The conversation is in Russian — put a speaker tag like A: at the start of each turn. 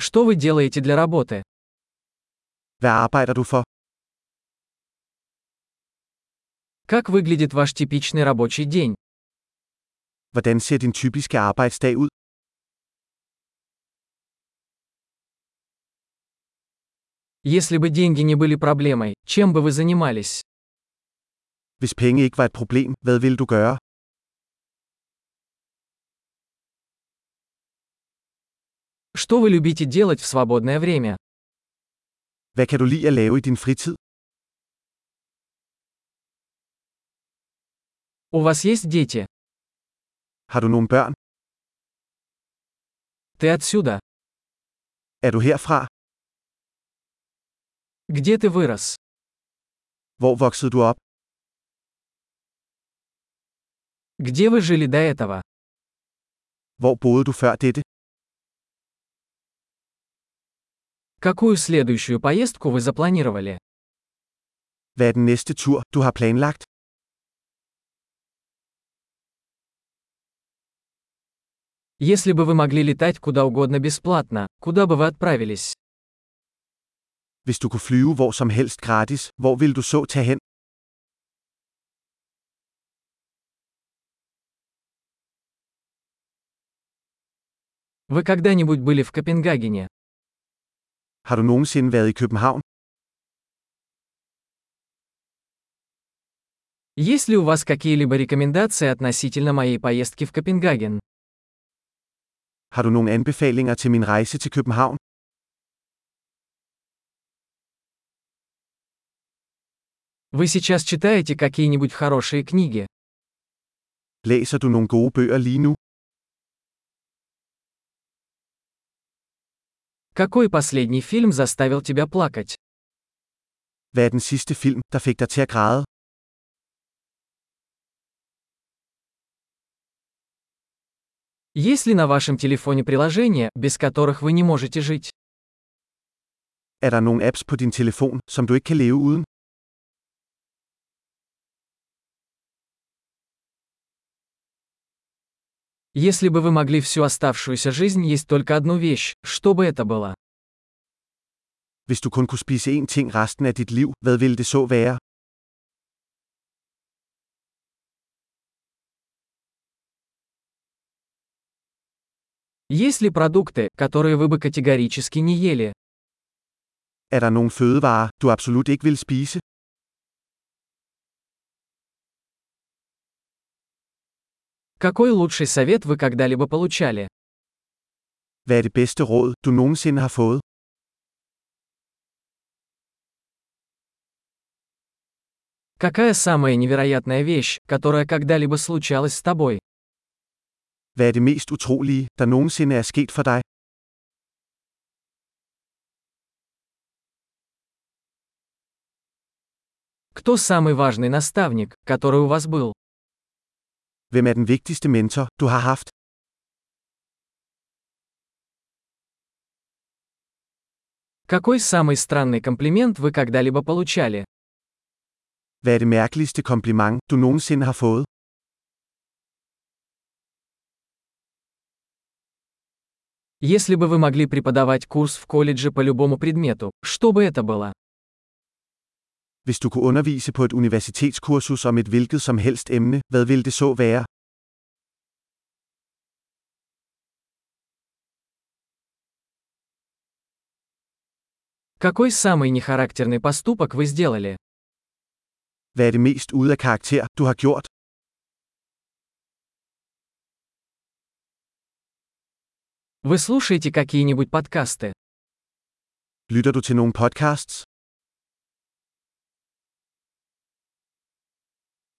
A: Что вы делаете для работы?
B: Hvad arbejder du for?
A: Как выглядит ваш типичный рабочий день?
B: Hvordan ser din typiske arbejdsdag ud?
A: Если бы деньги не были проблемой, чем бы вы занимались?
B: Hvis penge ikke var et problem, hvad ville du gøre?
A: Что вы любите делать в свободное время?
B: Hvad kan du lide at lave i din fritid?
A: У вас есть дети?
B: Har du nogle børn?
A: Ты отсюда?
B: Er du herfra?
A: Где ты вырос?
B: Hvor voksede du op?
A: Где вы жили до этого?
B: Hvor boede du før dette?
A: Какую следующую поездку вы запланировали?
B: Hvad er den næste tur, du har planlagt?
A: Если бы вы могли летать куда угодно бесплатно, куда бы вы отправились?
B: Hvis du kunne flyve hvor som helst gratis, hvor vil du så tage hen?
A: Вы когда-нибудь были в Копенгагене?
B: Har du nogensinde været i København?
A: Есть ли у вас какие-либо рекомендации относительно моей поездки в Копенгаген?
B: Har du nogle anbefalinger til min rejse til København?
A: Вы сейчас читаете какие-нибудь хорошие книги?
B: Læser du nogle gode bøger lige nu?
A: Какой последний фильм заставил тебя плакать?
B: Hvad er den sidste film, der fik dig til at græde?
A: Есть ли на вашем телефоне приложения, без которых вы не можете жить?
B: Er der nogle apps på din telefon, som du ikke kan leve uden?
A: Если бы вы могли всю оставшуюся жизнь есть только одну вещь, что бы это было?
B: Hvis du kun kunne spise én ting resten af dit liv, hvad ville det så være?
A: Есть ли продукты, которые вы бы категорически не ели?
B: Er der nogle fødevarer, du absolut ikke vil spise?
A: Какой лучший совет вы когда-либо получали?
B: Hvad er det bedste råd, du nogensinde har fået?
A: Какая самая невероятная вещь, которая когда-либо случалась с тобой?
B: Hvad er det mest utrolige, der nogensinde er sket for dig?
A: Кто самый важный наставник, который у вас был?
B: Hvem er den vigtigste mentor, du har haft?
A: Какой самый странный комплимент вы когда-либо получали?
B: Hvad er det mærkeligste kompliment, du nogensinde har fået?
A: Если бы вы могли преподавать курс в колледже по любому предмету, что бы это было?
B: Hvis du kunne undervise på et universitetskursus om et hvilket som helst emne, hvad ville det så være?
A: Какой самый нехарактерный поступок вы сделали?
B: Hvad er det mest ude af karakter, du har gjort?
A: Вы слушаете какие-нибудь подкасты?
B: Lytter du til nogle podcasts?